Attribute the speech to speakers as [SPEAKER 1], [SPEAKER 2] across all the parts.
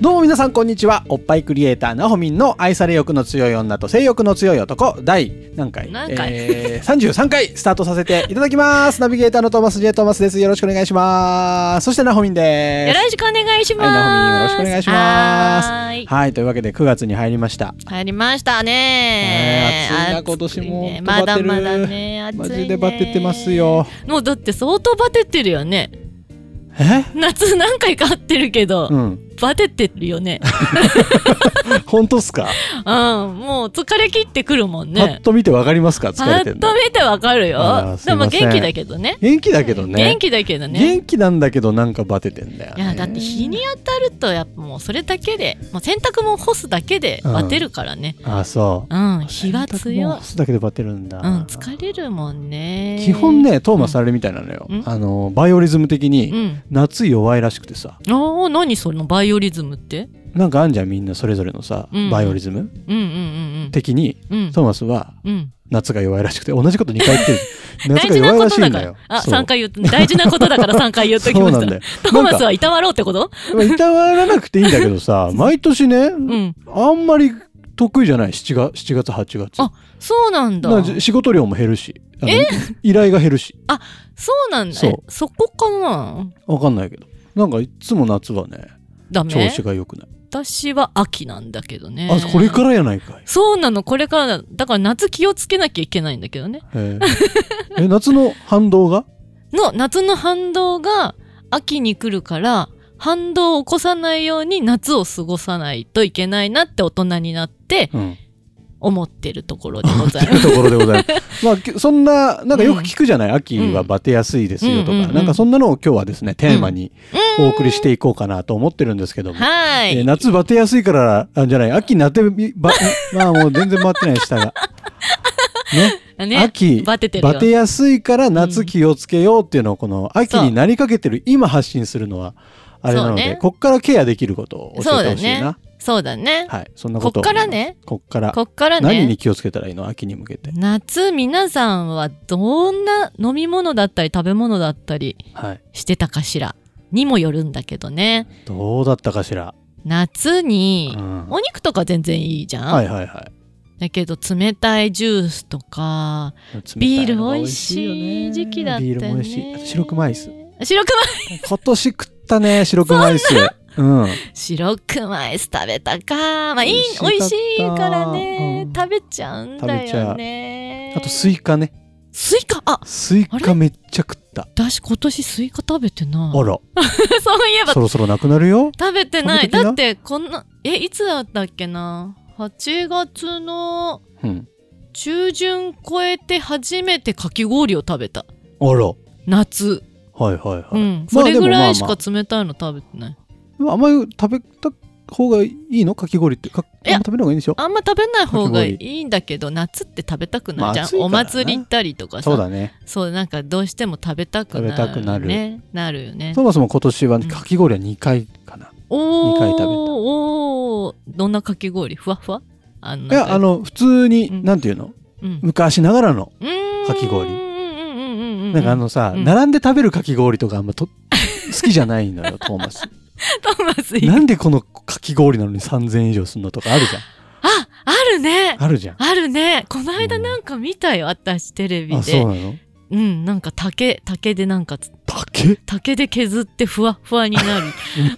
[SPEAKER 1] どうも皆さんこんにちはおっぱいクリエイターなほみんの愛され欲の強い女と性欲の強い男第何回
[SPEAKER 2] 何回
[SPEAKER 1] えー、33回スタートさせていただきますナビゲーターのトーマス J トーマスですよろしくお願いしますそしてなほみんで
[SPEAKER 2] よ
[SPEAKER 1] す
[SPEAKER 2] ろしくお願いします。
[SPEAKER 1] はいナホミンよろしくお願いします
[SPEAKER 2] はーい。
[SPEAKER 1] はいというわけで9月に入りました
[SPEAKER 2] 入りましたね
[SPEAKER 1] ねえ暑いな
[SPEAKER 2] 暑
[SPEAKER 1] 今年も
[SPEAKER 2] ね
[SPEAKER 1] 飛ば
[SPEAKER 2] ま
[SPEAKER 1] って
[SPEAKER 2] だ
[SPEAKER 1] る
[SPEAKER 2] まだね、暑い
[SPEAKER 1] マ
[SPEAKER 2] ね。
[SPEAKER 1] ジでバテてます。よ
[SPEAKER 2] もうだって相当バテてるよね。
[SPEAKER 1] え
[SPEAKER 2] 夏何回か会ってるけど、
[SPEAKER 1] うん
[SPEAKER 2] バテてる よね。
[SPEAKER 1] 本当っすか、
[SPEAKER 2] うん、もう疲れ切ってくるもん
[SPEAKER 1] パッ
[SPEAKER 2] ね。
[SPEAKER 1] と見てわかりますか疲
[SPEAKER 2] パ
[SPEAKER 1] れて
[SPEAKER 2] ッ
[SPEAKER 1] んの
[SPEAKER 2] と見てわかる
[SPEAKER 1] あー
[SPEAKER 2] よ。
[SPEAKER 1] すい
[SPEAKER 2] で
[SPEAKER 1] ま
[SPEAKER 2] も
[SPEAKER 1] せん
[SPEAKER 2] 元気だけどね。
[SPEAKER 1] 元気だけどね
[SPEAKER 2] 元気だけどね。
[SPEAKER 1] 元気なんだけどなんかバテてんだよ、
[SPEAKER 2] い
[SPEAKER 1] ね、
[SPEAKER 2] やだって日に当たるとやっぱもうそれだけで、もう洗濯も干すだけでバテるからね。
[SPEAKER 1] あそう
[SPEAKER 2] うん、日は強い
[SPEAKER 1] 干。すだけでバテるんだ、
[SPEAKER 2] うん、疲れるもんね。
[SPEAKER 1] 基本、ねトーマスあれみたいなのよ、
[SPEAKER 2] うん
[SPEAKER 1] あのバイオリズム的に、
[SPEAKER 2] うん。
[SPEAKER 1] 夏弱いらしくてさ
[SPEAKER 2] ああ、何そのバイオリズムって
[SPEAKER 1] なんかあんじゃんみんなそれぞれのさ、
[SPEAKER 2] うん
[SPEAKER 1] バイオリズム
[SPEAKER 2] うんうん
[SPEAKER 1] 的に
[SPEAKER 2] うんうん。
[SPEAKER 1] トーマスは
[SPEAKER 2] うん。うん。
[SPEAKER 1] 夏が弱いらしくて同じこと2回言 ってる夏
[SPEAKER 2] 大
[SPEAKER 1] が
[SPEAKER 2] 事な
[SPEAKER 1] 弱い
[SPEAKER 2] こ
[SPEAKER 1] らし
[SPEAKER 2] と
[SPEAKER 1] い
[SPEAKER 2] だ
[SPEAKER 1] んだ
[SPEAKER 2] から
[SPEAKER 1] よ。
[SPEAKER 2] あ、
[SPEAKER 1] そう
[SPEAKER 2] 3回言った。大事なことだから3回言っとき
[SPEAKER 1] そ
[SPEAKER 2] ま
[SPEAKER 1] う
[SPEAKER 2] し
[SPEAKER 1] な
[SPEAKER 2] た。
[SPEAKER 1] んだよ
[SPEAKER 2] トーマスはいたわろうってこと
[SPEAKER 1] いたわらなくていいんだけど さ毎年ね、
[SPEAKER 2] うん。
[SPEAKER 1] あんまり得意じゃない7月 ,7 月8月
[SPEAKER 2] あそうなんだ。
[SPEAKER 1] なんか仕事量も減るしあの依頼が減るし
[SPEAKER 2] そうなんだ。
[SPEAKER 1] そう
[SPEAKER 2] えそこかな
[SPEAKER 1] わかんないけどなんかいつも夏はね
[SPEAKER 2] ダ
[SPEAKER 1] 調
[SPEAKER 2] メ
[SPEAKER 1] 子が良くない、
[SPEAKER 2] 私は秋なんだけどね。
[SPEAKER 1] あこれからやないかい
[SPEAKER 2] そうなの、これからだ。だから夏気をつけなきゃいけないんだけどね。
[SPEAKER 1] へええ夏の反動が
[SPEAKER 2] の夏の反動が秋に来るから反動を起こさないように夏を過ごさないといけないなって大人になって
[SPEAKER 1] うん
[SPEAKER 2] 思ってるところでございます。
[SPEAKER 1] ところでござい ます。まあき、そんな、なんかよく聞くじゃない、秋はバテやすいですよとか、
[SPEAKER 2] うんうんうんうん
[SPEAKER 1] なんかそんなのを今日はですね、テーマにお送りしていこうかなと思ってるんですけども。
[SPEAKER 2] は
[SPEAKER 1] えー
[SPEAKER 2] い。
[SPEAKER 1] 夏バテやすいから、あじゃない、秋なって、ば、 まあもう全然バテない 下が。ね
[SPEAKER 2] ね
[SPEAKER 1] 秋
[SPEAKER 2] バテてるよ
[SPEAKER 1] バテやすいから夏気をつけようっていうのをこの秋になりかけてる今発信するのはあれなので、
[SPEAKER 2] そうね
[SPEAKER 1] こっからケアできることを教
[SPEAKER 2] そう
[SPEAKER 1] えて
[SPEAKER 2] だ
[SPEAKER 1] ほしいな、
[SPEAKER 2] ね。そうだね。
[SPEAKER 1] はいそんなことを
[SPEAKER 2] こっからね
[SPEAKER 1] こっから
[SPEAKER 2] こっから
[SPEAKER 1] 何に
[SPEAKER 2] ね。
[SPEAKER 1] 気をつけたらいいの秋に向けて
[SPEAKER 2] 夏皆さんはどんな飲み物だったり食べ物だったり
[SPEAKER 1] はい
[SPEAKER 2] してたかしらにもよるんだけどね。
[SPEAKER 1] どうだったかしら。
[SPEAKER 2] 夏に
[SPEAKER 1] うん
[SPEAKER 2] お肉とか全然いいじゃん。
[SPEAKER 1] はいはいは
[SPEAKER 2] だけど冷たいジュースとか
[SPEAKER 1] い。
[SPEAKER 2] ビー
[SPEAKER 1] 冷たいのが
[SPEAKER 2] ル美
[SPEAKER 1] 美
[SPEAKER 2] 味
[SPEAKER 1] 味
[SPEAKER 2] し
[SPEAKER 1] よね
[SPEAKER 2] い時期だったね。
[SPEAKER 1] ビールも美味しい。あと白熊アイス。
[SPEAKER 2] 白熊
[SPEAKER 1] 今年食った ね、白熊アイス。うん。
[SPEAKER 2] 白熊アイス食べたか。まあいい
[SPEAKER 1] 美
[SPEAKER 2] 美
[SPEAKER 1] 味しかっ
[SPEAKER 2] 味
[SPEAKER 1] た
[SPEAKER 2] しいからね、
[SPEAKER 1] うん
[SPEAKER 2] 食べちゃうんだよね。
[SPEAKER 1] あとス
[SPEAKER 2] イ
[SPEAKER 1] イカね。
[SPEAKER 2] スイカあ
[SPEAKER 1] スイカめっちゃ食った。
[SPEAKER 2] 私今年スイカ食べてな
[SPEAKER 1] あ
[SPEAKER 2] い。
[SPEAKER 1] ら、
[SPEAKER 2] そういえば
[SPEAKER 1] そろそろなくなるよ。
[SPEAKER 2] 食べてな
[SPEAKER 1] 食べ
[SPEAKER 2] い。
[SPEAKER 1] てきな
[SPEAKER 2] だってこんなえいつだったっけな。8月の
[SPEAKER 1] うん。
[SPEAKER 2] 中旬超えて初めてかき氷を食べた。
[SPEAKER 1] あら。は
[SPEAKER 2] 夏。
[SPEAKER 1] いはいはい。
[SPEAKER 2] うん。それぐらいし
[SPEAKER 1] まあ
[SPEAKER 2] か冷たいの食べてない。
[SPEAKER 1] でもあんまり食べた方がいいのかき氷って。かあ
[SPEAKER 2] い
[SPEAKER 1] ん
[SPEAKER 2] や
[SPEAKER 1] ま食べない方がいいんでしょ
[SPEAKER 2] あんま食べない方がいいんだけど夏って食べたくないじ
[SPEAKER 1] まあ
[SPEAKER 2] ゃん、
[SPEAKER 1] 暑いから
[SPEAKER 2] お
[SPEAKER 1] な
[SPEAKER 2] 祭り行ったりとかさ
[SPEAKER 1] そうだね。
[SPEAKER 2] そうなんかどうしても食べたくなる、ね、
[SPEAKER 1] 食べたくなる
[SPEAKER 2] なるよね
[SPEAKER 1] そもそも今年はね
[SPEAKER 2] うん
[SPEAKER 1] かき氷は2回かな。
[SPEAKER 2] お
[SPEAKER 1] 二
[SPEAKER 2] ー
[SPEAKER 1] 回食べた
[SPEAKER 2] おーどんなかき氷ふわふわあの
[SPEAKER 1] いや、あ
[SPEAKER 2] の
[SPEAKER 1] の、普通
[SPEAKER 2] う
[SPEAKER 1] に、
[SPEAKER 2] ん
[SPEAKER 1] なんていうの
[SPEAKER 2] うん
[SPEAKER 1] 昔ながらの
[SPEAKER 2] うーん
[SPEAKER 1] かき氷
[SPEAKER 2] うんうんうんうんうん
[SPEAKER 1] なんかあのさ、
[SPEAKER 2] うん
[SPEAKER 1] 並んで食べるかき氷とかあんま と好きじゃないのよ、トーマス。
[SPEAKER 2] トーマスいい
[SPEAKER 1] なんでこのかき氷なのに3000円以上すんのとかあるじゃ
[SPEAKER 2] ああるね
[SPEAKER 1] ん。あるじゃん。
[SPEAKER 2] あるねこの間なんか見たよ私テレビ
[SPEAKER 1] あ、そう
[SPEAKER 2] で
[SPEAKER 1] なの
[SPEAKER 2] うんなんか竹竹でなんかつ
[SPEAKER 1] 竹
[SPEAKER 2] 竹で削ってふわふわ になる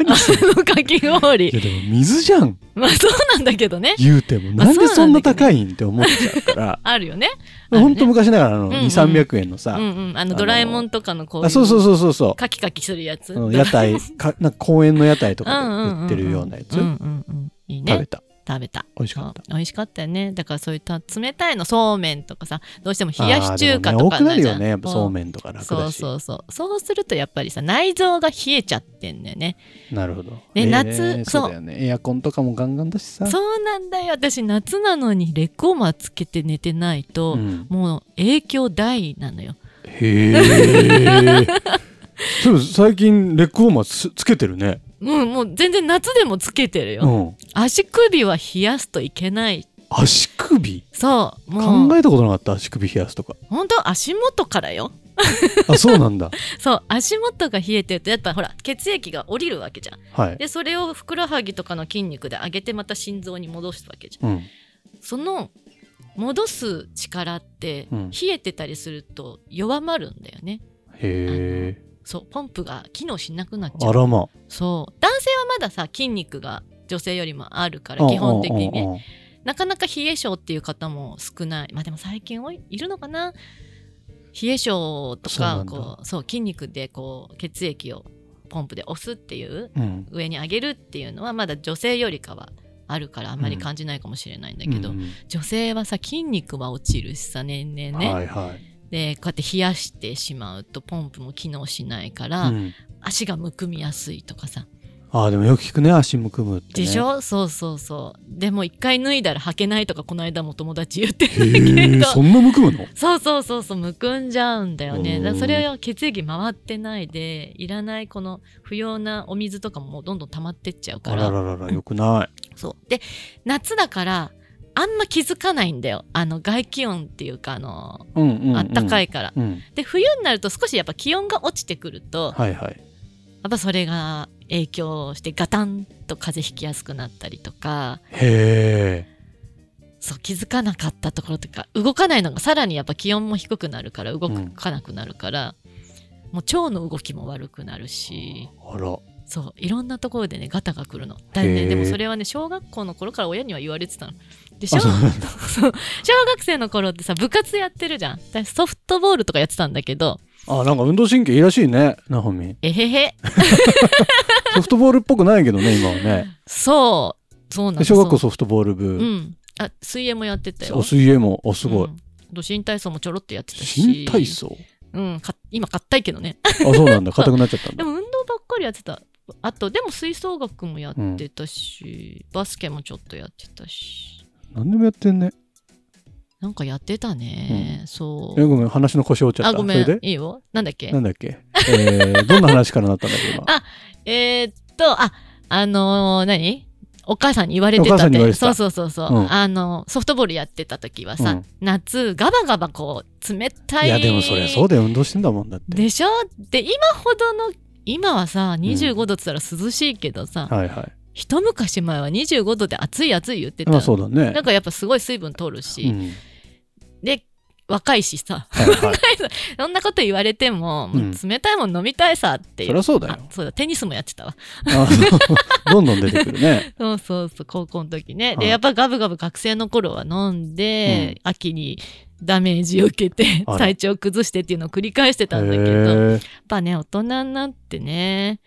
[SPEAKER 2] あのかき氷
[SPEAKER 1] いやでも水じゃん、
[SPEAKER 2] まあそうなんだけどね。
[SPEAKER 1] 言うても。
[SPEAKER 2] まあ
[SPEAKER 1] なんでそんな
[SPEAKER 2] そうなんだけど
[SPEAKER 1] 高いんって思っちゃうから。
[SPEAKER 2] あるよね。あるね
[SPEAKER 1] ほんと昔ながらの
[SPEAKER 2] んうん
[SPEAKER 1] 2、300円の
[SPEAKER 2] う
[SPEAKER 1] さ、
[SPEAKER 2] んうん。あのドラえもんとかのこういう。
[SPEAKER 1] あ、そうそうそうそうそ
[SPEAKER 2] カキカキするやつ。
[SPEAKER 1] う。うん屋台、かなんか公園の屋台とかで売ってるようなやつ
[SPEAKER 2] うんうんうん。いい
[SPEAKER 1] 食べ
[SPEAKER 2] ね。
[SPEAKER 1] た。
[SPEAKER 2] 食べた
[SPEAKER 1] 美味しかった
[SPEAKER 2] 美味しかったよねだからそういった冷たいのそうめんとかさどうしても冷やし中華
[SPEAKER 1] あーでもね
[SPEAKER 2] とか
[SPEAKER 1] 多くなる
[SPEAKER 2] じゃ
[SPEAKER 1] よ
[SPEAKER 2] ん
[SPEAKER 1] ねやっぱそうめんとか楽だし
[SPEAKER 2] そうそうそうそうするとやっぱりさ内臓が冷えちゃってんだよね
[SPEAKER 1] なるほど
[SPEAKER 2] で夏
[SPEAKER 1] そうだよねエアコンとかもガンガンだしさ
[SPEAKER 2] そうなんだよ私夏なのにレコーマつけて寝てないと、
[SPEAKER 1] うん
[SPEAKER 2] もう影響大なのよ
[SPEAKER 1] へ えそう最近レッグウォーマーつつけてるね
[SPEAKER 2] うんもう全然夏でもつけてるよ、
[SPEAKER 1] うん
[SPEAKER 2] 足首は冷やすといけない
[SPEAKER 1] 足首
[SPEAKER 2] そうもう
[SPEAKER 1] 考えたことなかった足首冷やすとか
[SPEAKER 2] 本当足元からよ
[SPEAKER 1] あそうなん だ
[SPEAKER 2] そう足元が冷えてるとやっぱほら血液が降りるわけじゃん
[SPEAKER 1] はい
[SPEAKER 2] でそれをふくらはぎとかの筋肉で上げてまた心臓に戻すわけじゃ
[SPEAKER 1] うん
[SPEAKER 2] んその戻す力って
[SPEAKER 1] うん
[SPEAKER 2] 冷えてたりすると弱まるんだよね、
[SPEAKER 1] へえ
[SPEAKER 2] そうポンプが機能しなくなっちゃ
[SPEAKER 1] あ
[SPEAKER 2] う
[SPEAKER 1] らま
[SPEAKER 2] そう男性はまださ筋肉が女性よりもあるから
[SPEAKER 1] あ
[SPEAKER 2] 基本的に
[SPEAKER 1] ああ
[SPEAKER 2] ね
[SPEAKER 1] ああ
[SPEAKER 2] なかなか冷え性っていう方も少ないまあでも最近多いいるのかな冷え性と
[SPEAKER 1] そうな
[SPEAKER 2] か
[SPEAKER 1] んだ
[SPEAKER 2] こうそう筋肉でこう血液をポンプで押すっていう
[SPEAKER 1] うん
[SPEAKER 2] 上に上げるっていうのはまだ女性よりかはあるからあんまり感じないかもしれないんだけど、
[SPEAKER 1] うんうん
[SPEAKER 2] 女性はさ筋肉は落ちるしさ年々ね、
[SPEAKER 1] はいはい
[SPEAKER 2] でこうやって冷やしてしまうとポンプも機能しないから、
[SPEAKER 1] うん
[SPEAKER 2] 足がむくみやすいとかさ
[SPEAKER 1] あーでもよく聞くね足むくむってね
[SPEAKER 2] でしょ、そうそうそうでも一回脱いだら履けないとかこの間も友達言って
[SPEAKER 1] へ
[SPEAKER 2] るんだけ
[SPEAKER 1] え
[SPEAKER 2] ど
[SPEAKER 1] そんなむくむの
[SPEAKER 2] そうそうそうそうむくんじゃうんだよね
[SPEAKER 1] うん
[SPEAKER 2] だからそれは血液回ってないでいらないこの不要なお水とかもどんどん溜まってっちゃう
[SPEAKER 1] あ
[SPEAKER 2] から
[SPEAKER 1] ららららよくない
[SPEAKER 2] そうで夏だからあんま気づかないんだよあの外気温っていうかあの
[SPEAKER 1] うんうんうん
[SPEAKER 2] あったかいから、
[SPEAKER 1] うん
[SPEAKER 2] で冬になると少しやっぱ気温が落ちてくると、
[SPEAKER 1] はいはい
[SPEAKER 2] やっぱそれが影響してガタンと風邪ひきやすくなったりとか
[SPEAKER 1] へえ
[SPEAKER 2] そう気づかなかったところとか動かないのがさらにやっぱ気温も低くなるから動かなくなるから、もう腸の動きも悪くなるし
[SPEAKER 1] あら
[SPEAKER 2] そういろんなところでねガタが来るのだよ
[SPEAKER 1] へ
[SPEAKER 2] ね
[SPEAKER 1] ー
[SPEAKER 2] でもそれはね小学校の頃から親には言われてたので
[SPEAKER 1] あ
[SPEAKER 2] 小
[SPEAKER 1] そうなんだ
[SPEAKER 2] そう小学生の頃ってさ部活やってるじゃん私ソフトボールとかやってたんだけど
[SPEAKER 1] あなんか運動神経いいらしいねなほ みん
[SPEAKER 2] えへへ
[SPEAKER 1] ソフトボールっぽくないけどね今はね
[SPEAKER 2] そう そうなの
[SPEAKER 1] 小学校
[SPEAKER 2] そ
[SPEAKER 1] ソフトボール
[SPEAKER 2] う
[SPEAKER 1] 部、
[SPEAKER 2] うんあ水泳もやってたよ
[SPEAKER 1] お水泳もおすごい、
[SPEAKER 2] うんあと新体操もちょろっとやってたし
[SPEAKER 1] 新体操
[SPEAKER 2] うんか今硬いけどね
[SPEAKER 1] あそう なんだ硬くなっちゃったん
[SPEAKER 2] で
[SPEAKER 1] だ
[SPEAKER 2] も運動ばっかりやってたあとでも吹奏楽もやってたし、バスケもちょっとやってたし
[SPEAKER 1] 何でもやってんね
[SPEAKER 2] なんかやってたね、そ
[SPEAKER 1] え
[SPEAKER 2] う
[SPEAKER 1] ごめん話の腰折っちゃっ
[SPEAKER 2] あ
[SPEAKER 1] た
[SPEAKER 2] ごめ
[SPEAKER 1] それ
[SPEAKER 2] ん
[SPEAKER 1] で
[SPEAKER 2] いいよなんだっけ
[SPEAKER 1] なんだっけ、えー、どんな話からなったんだっけ今
[SPEAKER 2] あえーっとああのー何お母さんに言われて
[SPEAKER 1] お母
[SPEAKER 2] た
[SPEAKER 1] さ
[SPEAKER 2] っ
[SPEAKER 1] んに言われ
[SPEAKER 2] て
[SPEAKER 1] て
[SPEAKER 2] そう
[SPEAKER 1] た
[SPEAKER 2] そうそうそう、
[SPEAKER 1] うん
[SPEAKER 2] あのソフトボールやってた時はさ、
[SPEAKER 1] うん
[SPEAKER 2] 夏ガバガバこう冷たい
[SPEAKER 1] いやでもそりゃそうだよ運動してんだもんだって
[SPEAKER 2] でしょで今ほどの今はさ25度っつったら涼しいけどさ、
[SPEAKER 1] はいは
[SPEAKER 2] 一昔前は25度で暑い暑い言って
[SPEAKER 1] い
[SPEAKER 2] た、
[SPEAKER 1] まあそうだね
[SPEAKER 2] なんかやっぱすごい水分取るし、
[SPEAKER 1] うん
[SPEAKER 2] で若いしさ
[SPEAKER 1] はいはい、
[SPEAKER 2] そんなこと言われても,、もう
[SPEAKER 1] うん
[SPEAKER 2] 冷たいもん飲みたいさってい
[SPEAKER 1] そうりゃそうだよ
[SPEAKER 2] あそうだテニスもやってたわ
[SPEAKER 1] あそうどんどん出てくるね
[SPEAKER 2] そうそうそう高校の時ね
[SPEAKER 1] は
[SPEAKER 2] で
[SPEAKER 1] い
[SPEAKER 2] やっぱガブガブ学生の頃は飲んで、秋にダメージを受けて
[SPEAKER 1] あら
[SPEAKER 2] 体調崩してっていうのを繰り返してたんだけ
[SPEAKER 1] へ
[SPEAKER 2] ど
[SPEAKER 1] ー
[SPEAKER 2] やっぱね大人になってね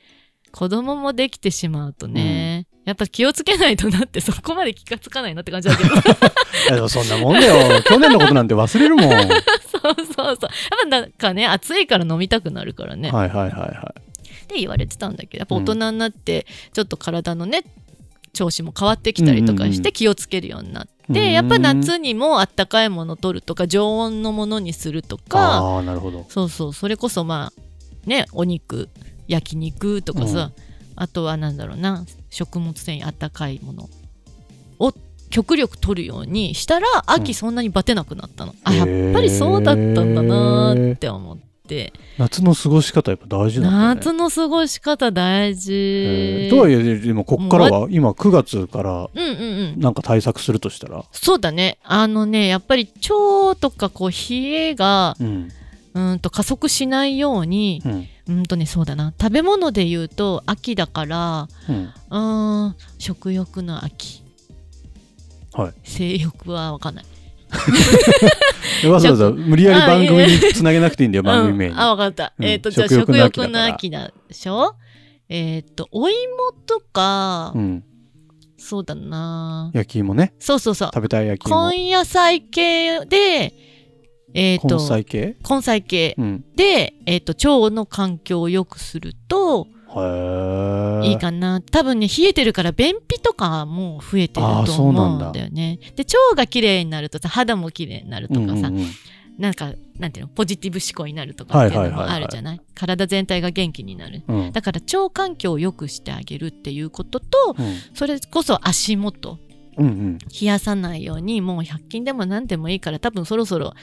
[SPEAKER 2] 子供もできてしまうとね、やっぱ気をつけないとなってそこまで気がつかないなって感じだけど そう
[SPEAKER 1] いやでもそんなもんだよ去年のことなんて忘れるもんはい
[SPEAKER 2] そうそうやっぱなんかね暑いから飲みたくなるからね、
[SPEAKER 1] はいはいは
[SPEAKER 2] って言われてたんだけどやっぱ大人になってちょっと体のね調子も変わってきたりとか
[SPEAKER 1] うんう
[SPEAKER 2] し
[SPEAKER 1] んうん
[SPEAKER 2] て気をつけるようになって、
[SPEAKER 1] うん
[SPEAKER 2] やっぱ夏にもあったかいもの取るとか常温のものにすると
[SPEAKER 1] い
[SPEAKER 2] か
[SPEAKER 1] ああなるほど
[SPEAKER 2] そうそうそれこそまあねお肉焼肉とかさ、あとはなんだろうな食物繊維あったかいものを極力取るようにしたら
[SPEAKER 1] うん
[SPEAKER 2] 秋そんなにバテなくなったの、あ
[SPEAKER 1] へ
[SPEAKER 2] や
[SPEAKER 1] ー
[SPEAKER 2] っぱりそうだったんだなーって思って、
[SPEAKER 1] 夏の過ごし方やっぱ大事なんだね
[SPEAKER 2] 夏の過ごし方大事、
[SPEAKER 1] えーとはいえでもこっからは今9月から
[SPEAKER 2] うんうんうん
[SPEAKER 1] なんか対策するとしたら、
[SPEAKER 2] そうだねあのねやっぱり腸とかこう冷えが
[SPEAKER 1] うん
[SPEAKER 2] うーんと加速しないように
[SPEAKER 1] うん
[SPEAKER 2] うんとねそうだな食べ物で言うと秋だから
[SPEAKER 1] うん、
[SPEAKER 2] うーん食欲の秋
[SPEAKER 1] はい
[SPEAKER 2] 性欲は分かんない
[SPEAKER 1] えわざわざ無理やり番組につなげなくていいんだよ番組名
[SPEAKER 2] う
[SPEAKER 1] に
[SPEAKER 2] ん、あ分かった、
[SPEAKER 1] うん
[SPEAKER 2] えっ、とじゃあ
[SPEAKER 1] 食欲
[SPEAKER 2] 食
[SPEAKER 1] の秋
[SPEAKER 2] 欲の秋なんでしょえっ、とお芋とか、
[SPEAKER 1] うん
[SPEAKER 2] そうだな
[SPEAKER 1] 焼き芋ね
[SPEAKER 2] そうそうそう
[SPEAKER 1] 食べたい焼き芋
[SPEAKER 2] 根野菜系でえっ、
[SPEAKER 1] 根
[SPEAKER 2] と
[SPEAKER 1] 菜系
[SPEAKER 2] 根菜系
[SPEAKER 1] うん
[SPEAKER 2] で、えっと腸の環境を良くすると
[SPEAKER 1] へえ
[SPEAKER 2] いいかな多分ね冷えてるから便秘とかも増えてる
[SPEAKER 1] あー
[SPEAKER 2] と
[SPEAKER 1] そうな
[SPEAKER 2] 思
[SPEAKER 1] んだ
[SPEAKER 2] うんだよねで腸が綺麗になるとさ肌も綺麗になるとかさ、
[SPEAKER 1] うんうんうん
[SPEAKER 2] なんかなんていうのポジティブ思考になるとかっていうの
[SPEAKER 1] はいはいはい
[SPEAKER 2] も
[SPEAKER 1] はい
[SPEAKER 2] あるじゃない体全体が元気になる
[SPEAKER 1] うん
[SPEAKER 2] だから腸環境を良くしてあげるっていうこととそれこそ足元
[SPEAKER 1] うんうん
[SPEAKER 2] 冷やさないようにもう100均でも何でもいいから多分そろそろ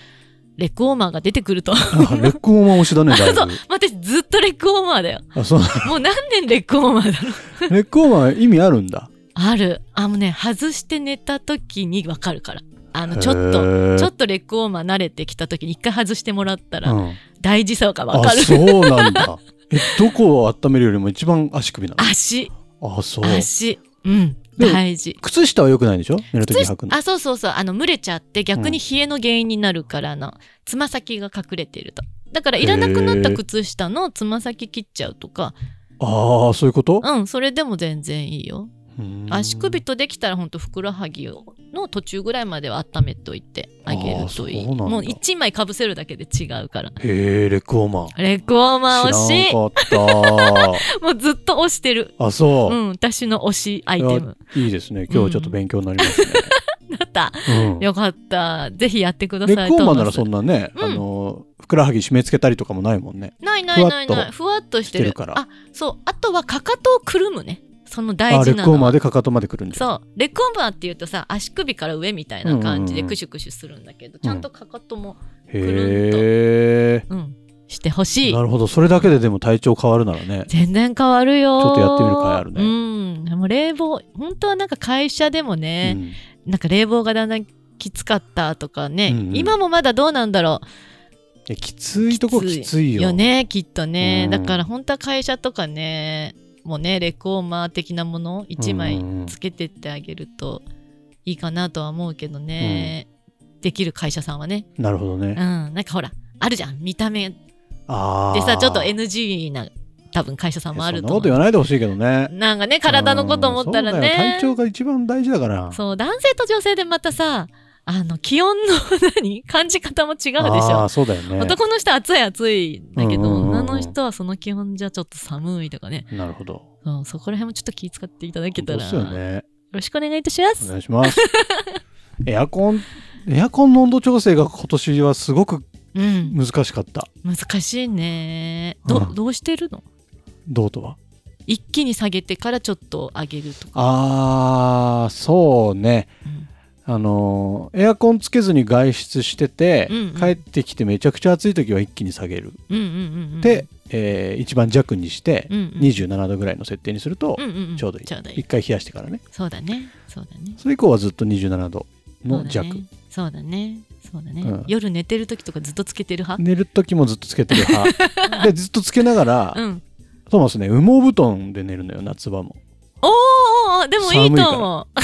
[SPEAKER 2] レクウォーマーが出てくると
[SPEAKER 1] あレックウォーマー推しだね だいぶ
[SPEAKER 2] 私ずっとレクウォーマー だよ
[SPEAKER 1] あそう
[SPEAKER 2] もう何年レクウォーマーだろう
[SPEAKER 1] レックウォーマー意味あるんだ
[SPEAKER 2] あるあもうね外して寝た時に分かるからあのちょっと
[SPEAKER 1] と
[SPEAKER 2] ちょっとレクウォーマー慣れてきた時に一回外してもらったら
[SPEAKER 1] うん
[SPEAKER 2] 大事さが分
[SPEAKER 1] あ
[SPEAKER 2] かる、
[SPEAKER 1] そうなん だえどこを温めるよりも一番足首な
[SPEAKER 2] 足
[SPEAKER 1] のあそう
[SPEAKER 2] 足うん
[SPEAKER 1] でも
[SPEAKER 2] 大事
[SPEAKER 1] 靴下は良くないんでしょ寝るとき
[SPEAKER 2] 靴
[SPEAKER 1] 履くの
[SPEAKER 2] あそうそうそうあの蒸れちゃって逆に冷えの原因になるからあのつま先が隠れてるとだからいらなくなった靴下のつま先切っちゃうとか
[SPEAKER 1] ああそういうこと
[SPEAKER 2] うんそれでも全然いいよ足首とできたらほんとふくらはぎをの途中ぐらいまでは温めといてあげるとい
[SPEAKER 1] あー
[SPEAKER 2] い
[SPEAKER 1] そうなんだ
[SPEAKER 2] もう1枚かぶせるだけで違うから
[SPEAKER 1] へえレックウォーマー
[SPEAKER 2] レクオーマー推
[SPEAKER 1] 知
[SPEAKER 2] し
[SPEAKER 1] らん かっ
[SPEAKER 2] もうずっと推してる
[SPEAKER 1] たあそうう、
[SPEAKER 2] ん私の推しアイテム
[SPEAKER 1] いいですね今日はちょっと勉強になりますね、
[SPEAKER 2] だった
[SPEAKER 1] うん
[SPEAKER 2] よかったぜひやってくださ
[SPEAKER 1] レ
[SPEAKER 2] い
[SPEAKER 1] ックウォーマーなら
[SPEAKER 2] ト
[SPEAKER 1] そ
[SPEAKER 2] マ
[SPEAKER 1] んなね、
[SPEAKER 2] うん
[SPEAKER 1] あのふくらはぎ締め付けたりとかもないもんね
[SPEAKER 2] スないないないないふわっとしてる
[SPEAKER 1] してるから
[SPEAKER 2] あそうあとはかかとをくるむねその大
[SPEAKER 1] あレ
[SPEAKER 2] 事
[SPEAKER 1] ッ
[SPEAKER 2] な
[SPEAKER 1] クウォー
[SPEAKER 2] の
[SPEAKER 1] マー
[SPEAKER 2] は
[SPEAKER 1] でかかとまでくるんじゃん
[SPEAKER 2] そうレッグオーマーっていうとさ足首から上みたいな感じ
[SPEAKER 1] う
[SPEAKER 2] で
[SPEAKER 1] んうんうん
[SPEAKER 2] クシュクシュするんだけど、ちゃんとかかとも
[SPEAKER 1] へえ
[SPEAKER 2] うんしてほしい
[SPEAKER 1] なるほどそれだけででも体調変わるならね
[SPEAKER 2] 全然変わるよ
[SPEAKER 1] ちょっとやってみる回あるね
[SPEAKER 2] うんでも冷房本当はなんか会社でもね、なんか冷房がだんだんきつかったとかね、
[SPEAKER 1] うんうん
[SPEAKER 2] 今もまだどうなんだろ
[SPEAKER 1] うんいやきついとこきついうよ
[SPEAKER 2] よねきっとね、
[SPEAKER 1] うん
[SPEAKER 2] だから本当は会社とかねもうねレコーマー的なもの1枚つけてってあげるといいかなとは思うけどね、できる会社さんはね
[SPEAKER 1] なるほど
[SPEAKER 2] うん
[SPEAKER 1] ね、
[SPEAKER 2] なんかほらあるじゃん見た目で
[SPEAKER 1] ああ
[SPEAKER 2] さちょっと NG な多分会社さんもある
[SPEAKER 1] そん
[SPEAKER 2] と
[SPEAKER 1] なこ
[SPEAKER 2] 思う
[SPEAKER 1] と言わないでほしいけどね
[SPEAKER 2] なんかね体のこと思ったら
[SPEAKER 1] うんそうだよ
[SPEAKER 2] ね
[SPEAKER 1] 体調が一番大事だから
[SPEAKER 2] そう男性と女性でまたさあの気温の何感じ方も違うでし
[SPEAKER 1] あ
[SPEAKER 2] ょ
[SPEAKER 1] あそうだよね
[SPEAKER 2] 男の人は暑い暑いだけど、
[SPEAKER 1] うんうんうんうん
[SPEAKER 2] 女の人はその気温じゃちょっと寒いとかね、
[SPEAKER 1] なるほど
[SPEAKER 2] うん、そこら辺もちょっと気遣っていただけ
[SPEAKER 1] そう
[SPEAKER 2] たら
[SPEAKER 1] ですよね
[SPEAKER 2] よろしくお願いいたしま
[SPEAKER 1] お
[SPEAKER 2] す、
[SPEAKER 1] 願いします エアコンエアコンの温度調整が今年はすごく
[SPEAKER 2] うん
[SPEAKER 1] 難しかった
[SPEAKER 2] 難しいねど,、
[SPEAKER 1] うん
[SPEAKER 2] どうしてるの
[SPEAKER 1] どうとは
[SPEAKER 2] 一気に下げてからちょっと上げるとか、
[SPEAKER 1] ああそうね
[SPEAKER 2] うん
[SPEAKER 1] あのーエアコンつけずに外出してて、
[SPEAKER 2] うんうん
[SPEAKER 1] 帰ってきてめちゃくちゃ暑い時は一気に下げる、
[SPEAKER 2] うんうんうんうん
[SPEAKER 1] で、えー一番弱にして
[SPEAKER 2] うんうん
[SPEAKER 1] 27度ぐらいの設定にすると
[SPEAKER 2] うんうんん
[SPEAKER 1] ちょうどいい、
[SPEAKER 2] ちょうどい
[SPEAKER 1] 一
[SPEAKER 2] い
[SPEAKER 1] 回冷やしてからね
[SPEAKER 2] そうだねそうだね
[SPEAKER 1] それ以降はずっと27度
[SPEAKER 2] そう
[SPEAKER 1] の
[SPEAKER 2] だ
[SPEAKER 1] 弱、
[SPEAKER 2] ねそうだねそうだね、
[SPEAKER 1] うん
[SPEAKER 2] 夜寝てる時とかずっとつけてる派、
[SPEAKER 1] 寝る時もずっとつけてる派 でずっとつけながら、
[SPEAKER 2] うん
[SPEAKER 1] トマスね羽毛布団で寝るのよ夏場も
[SPEAKER 2] おーおーおーでもいいと思う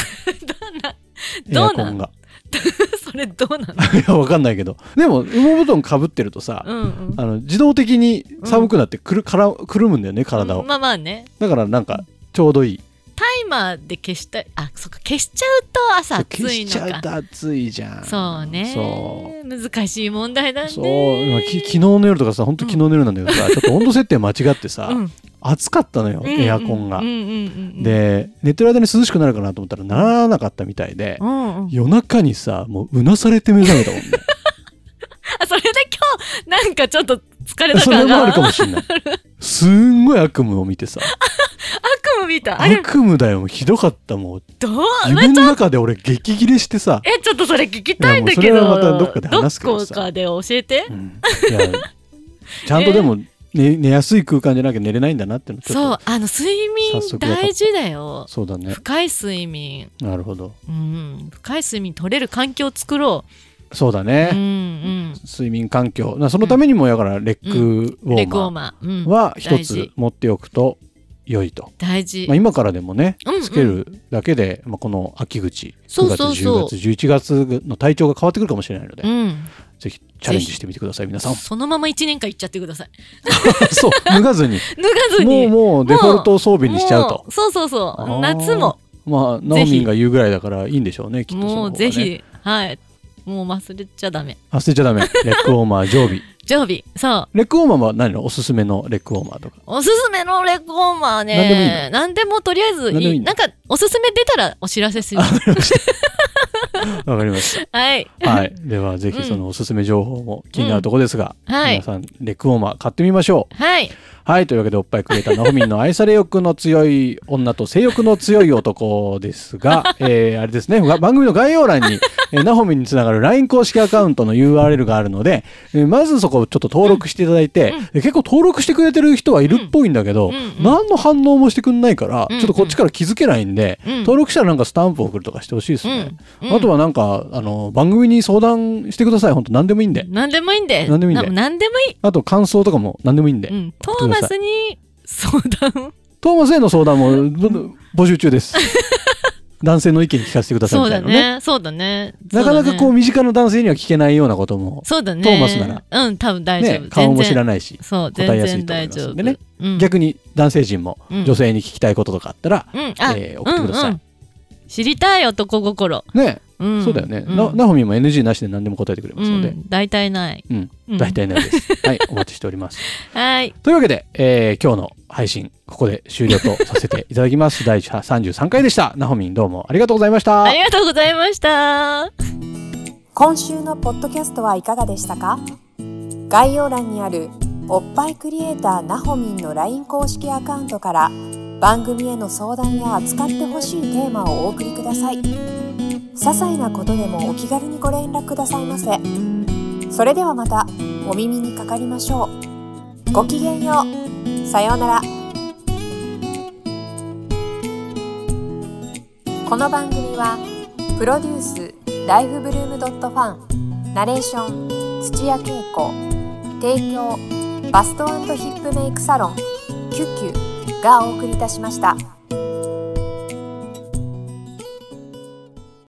[SPEAKER 1] エ
[SPEAKER 2] ど
[SPEAKER 1] ア
[SPEAKER 2] う
[SPEAKER 1] コ
[SPEAKER 2] なん
[SPEAKER 1] ンが
[SPEAKER 2] それどうなの
[SPEAKER 1] いやわかんないけどでも羽毛布団かぶってるとさ、
[SPEAKER 2] うんうん
[SPEAKER 1] あの自動的に寒くなってくる,、からくるむんだよね体を、
[SPEAKER 2] まあまあね
[SPEAKER 1] だからなんかちょうどいい
[SPEAKER 2] タイマーで消したあそっか消しちゃうと朝暑
[SPEAKER 1] 消し
[SPEAKER 2] い
[SPEAKER 1] ちゃ
[SPEAKER 2] の
[SPEAKER 1] う
[SPEAKER 2] か
[SPEAKER 1] と暑いじゃん
[SPEAKER 2] そうね
[SPEAKER 1] そう
[SPEAKER 2] 難しい問題だね
[SPEAKER 1] そう今き昨日の夜とかさ本当昨日の夜なんだけどさ、 ちょっと温度設定間違ってさ、
[SPEAKER 2] うん
[SPEAKER 1] 暑かったのよ、
[SPEAKER 2] うんうん
[SPEAKER 1] エアコンが、
[SPEAKER 2] うんうんうんうん
[SPEAKER 1] で寝てる間に涼しくなるかなと思ったらならなかったみたいで、
[SPEAKER 2] うんうん
[SPEAKER 1] 夜中にさもううなされて目覚めたもん ね
[SPEAKER 2] あそれで今日なんかちょっと疲れた
[SPEAKER 1] そ
[SPEAKER 2] か
[SPEAKER 1] れもある
[SPEAKER 2] ら
[SPEAKER 1] かもしれないすんごい悪夢を見てさ
[SPEAKER 2] 悪夢見たあれ
[SPEAKER 1] 悪夢だよひどかったもう
[SPEAKER 2] どう
[SPEAKER 1] 自分の中で俺激切れしてさ、
[SPEAKER 2] えちょっとそれ聞きたいんだけど
[SPEAKER 1] いやもうそれはまたどっかで話すけど
[SPEAKER 2] ど
[SPEAKER 1] さ
[SPEAKER 2] っかで教えて
[SPEAKER 1] うんいやちゃんとでも、ね寝やすい空間じゃなきゃ寝れないんだなってのちょっと
[SPEAKER 2] そうあの睡
[SPEAKER 1] 早
[SPEAKER 2] 眠
[SPEAKER 1] 速分かった
[SPEAKER 2] 大事だよ
[SPEAKER 1] そうだね
[SPEAKER 2] 深い睡眠
[SPEAKER 1] なるほど
[SPEAKER 2] うん深い睡眠取れる環境を作ろ
[SPEAKER 1] そうだ
[SPEAKER 2] ううん
[SPEAKER 1] ね、
[SPEAKER 2] うん
[SPEAKER 1] 睡眠環境なそのためにもやからレックウォ
[SPEAKER 2] レ
[SPEAKER 1] ー
[SPEAKER 2] クオー
[SPEAKER 1] マ
[SPEAKER 2] マー、うん
[SPEAKER 1] ーは一
[SPEAKER 2] 大
[SPEAKER 1] つ
[SPEAKER 2] 事
[SPEAKER 1] 持っておくと良いと、
[SPEAKER 2] 大事、
[SPEAKER 1] まあ、今からでもね
[SPEAKER 2] うんうん
[SPEAKER 1] つけるだけで、まあ、この秋口
[SPEAKER 2] そ
[SPEAKER 1] 9
[SPEAKER 2] う
[SPEAKER 1] 月
[SPEAKER 2] そうそ
[SPEAKER 1] 10
[SPEAKER 2] う
[SPEAKER 1] 月11月の体調が変わってくるかもしれないので、
[SPEAKER 2] うん、
[SPEAKER 1] ぜひチャレンジしてみてください皆さん
[SPEAKER 2] そのまま1年間いっちゃってください
[SPEAKER 1] そう脱がずに
[SPEAKER 2] 脱がず
[SPEAKER 1] も
[SPEAKER 2] に
[SPEAKER 1] う
[SPEAKER 2] もう
[SPEAKER 1] もうデフォルト装備にしちゃうと
[SPEAKER 2] そうそうそ
[SPEAKER 1] あー
[SPEAKER 2] う夏も
[SPEAKER 1] まあ、ナオミンが言うぐらいだからいいんでしょうね、きっとその方が
[SPEAKER 2] もう
[SPEAKER 1] ね
[SPEAKER 2] ぜ。ひ、はい。もう忘れちゃダメ。
[SPEAKER 1] 忘れちゃ ダメ。レックウォーマー常備。
[SPEAKER 2] 常備。そう。
[SPEAKER 1] レックウォーマーは何のおすすめのレックウォーマー とか。
[SPEAKER 2] おすすめのレッグウォーマー
[SPEAKER 1] 何
[SPEAKER 2] は
[SPEAKER 1] でもいい
[SPEAKER 2] ね、何でもとりあえずい
[SPEAKER 1] 何
[SPEAKER 2] い
[SPEAKER 1] でもいいの
[SPEAKER 2] なんか、おすすめ出たらお知らせす る。
[SPEAKER 1] わかりまし
[SPEAKER 2] はい。
[SPEAKER 1] た。はい。では、ぜひそのおすすめ情報も気になるところですが、
[SPEAKER 2] うんはい
[SPEAKER 1] 皆さん、レックウォーマー買ってみましょう。
[SPEAKER 2] はい。
[SPEAKER 1] はい。というわけで、おっぱいくれたナホミンの愛され欲の強い女と性欲の強い男です が、えー、あれですね、が番組の概要欄に、えー、ナホミンにつながる LINE 公式アカウントの URL があるので、えーまずそこをちょっと登録していただいて、
[SPEAKER 2] うん
[SPEAKER 1] で結構登録してくれてる人はいるっぽいんだけど、
[SPEAKER 2] うんうん
[SPEAKER 1] 何の反応もしてくんないから、
[SPEAKER 2] うん
[SPEAKER 1] ちょっとこっちから気づけないんで、
[SPEAKER 2] うん
[SPEAKER 1] 登録したらなんかスタンプ送るとかしてほしいですね。
[SPEAKER 2] うんうん
[SPEAKER 1] あとはなんか、あの、番組に相談してください。本当何でもいいんで。
[SPEAKER 2] 何でもいいんで。
[SPEAKER 1] 何でもいいんで
[SPEAKER 2] な何でもいい。
[SPEAKER 1] あと感想とかも何でもいいんで。
[SPEAKER 2] うん。トーマスに相 談。
[SPEAKER 1] トーマスへの相談もどんどん募集中 です。男性の意見聞かせてください
[SPEAKER 2] そ
[SPEAKER 1] み
[SPEAKER 2] う
[SPEAKER 1] たい
[SPEAKER 2] だ
[SPEAKER 1] なね。
[SPEAKER 2] ね。そうだね。
[SPEAKER 1] なかなかこう
[SPEAKER 2] うだね。
[SPEAKER 1] 身近な男性には聞けないようなことも、
[SPEAKER 2] そうだね。
[SPEAKER 1] トーマスな
[SPEAKER 2] ら。うん、多分大丈
[SPEAKER 1] ね
[SPEAKER 2] 夫。、
[SPEAKER 1] 顔も知ら
[SPEAKER 2] ない。
[SPEAKER 1] ないし、
[SPEAKER 2] そう、
[SPEAKER 1] 答えやす
[SPEAKER 2] 全
[SPEAKER 1] い
[SPEAKER 2] 然
[SPEAKER 1] と思い
[SPEAKER 2] 大
[SPEAKER 1] ま
[SPEAKER 2] 丈
[SPEAKER 1] すん
[SPEAKER 2] 夫。
[SPEAKER 1] でね
[SPEAKER 2] うん。
[SPEAKER 1] 逆に男性陣も
[SPEAKER 2] うん
[SPEAKER 1] 女性に聞きたいこととかあったら、
[SPEAKER 2] うん、あ、
[SPEAKER 1] えー送ってください
[SPEAKER 2] うんうん知りたい男心。
[SPEAKER 1] ね、
[SPEAKER 2] うん。
[SPEAKER 1] そうだよね。
[SPEAKER 2] ん
[SPEAKER 1] な、なほみんも NG なしで何でも答えてくれま
[SPEAKER 2] う
[SPEAKER 1] すので、
[SPEAKER 2] ん。大体ない。
[SPEAKER 1] うん、
[SPEAKER 2] うん
[SPEAKER 1] 大体ないです。 はい、お待ちしております。
[SPEAKER 2] はい。
[SPEAKER 1] というわけで、えー今日の配信、ここで終了とさせていただきます。 第33回でした。なほみんどうもありがとうございました。
[SPEAKER 2] ありがとうございました。
[SPEAKER 3] 今週のポッドキャストはいかがでしたか概要欄にあるおっぱいクリエイターなほみんの LINE 公式アカウントから番組への相談や扱ってほしいテーマをお送りください些細なことでもお気軽にご連絡くださいませそれではまたお耳にかかりましょうごきげんようさようならこの番組は「プロデュースライフブルームドットファンナレーション土屋恵子提供バストヒップメイクサロン「キュッキュ」がお送りいたしました。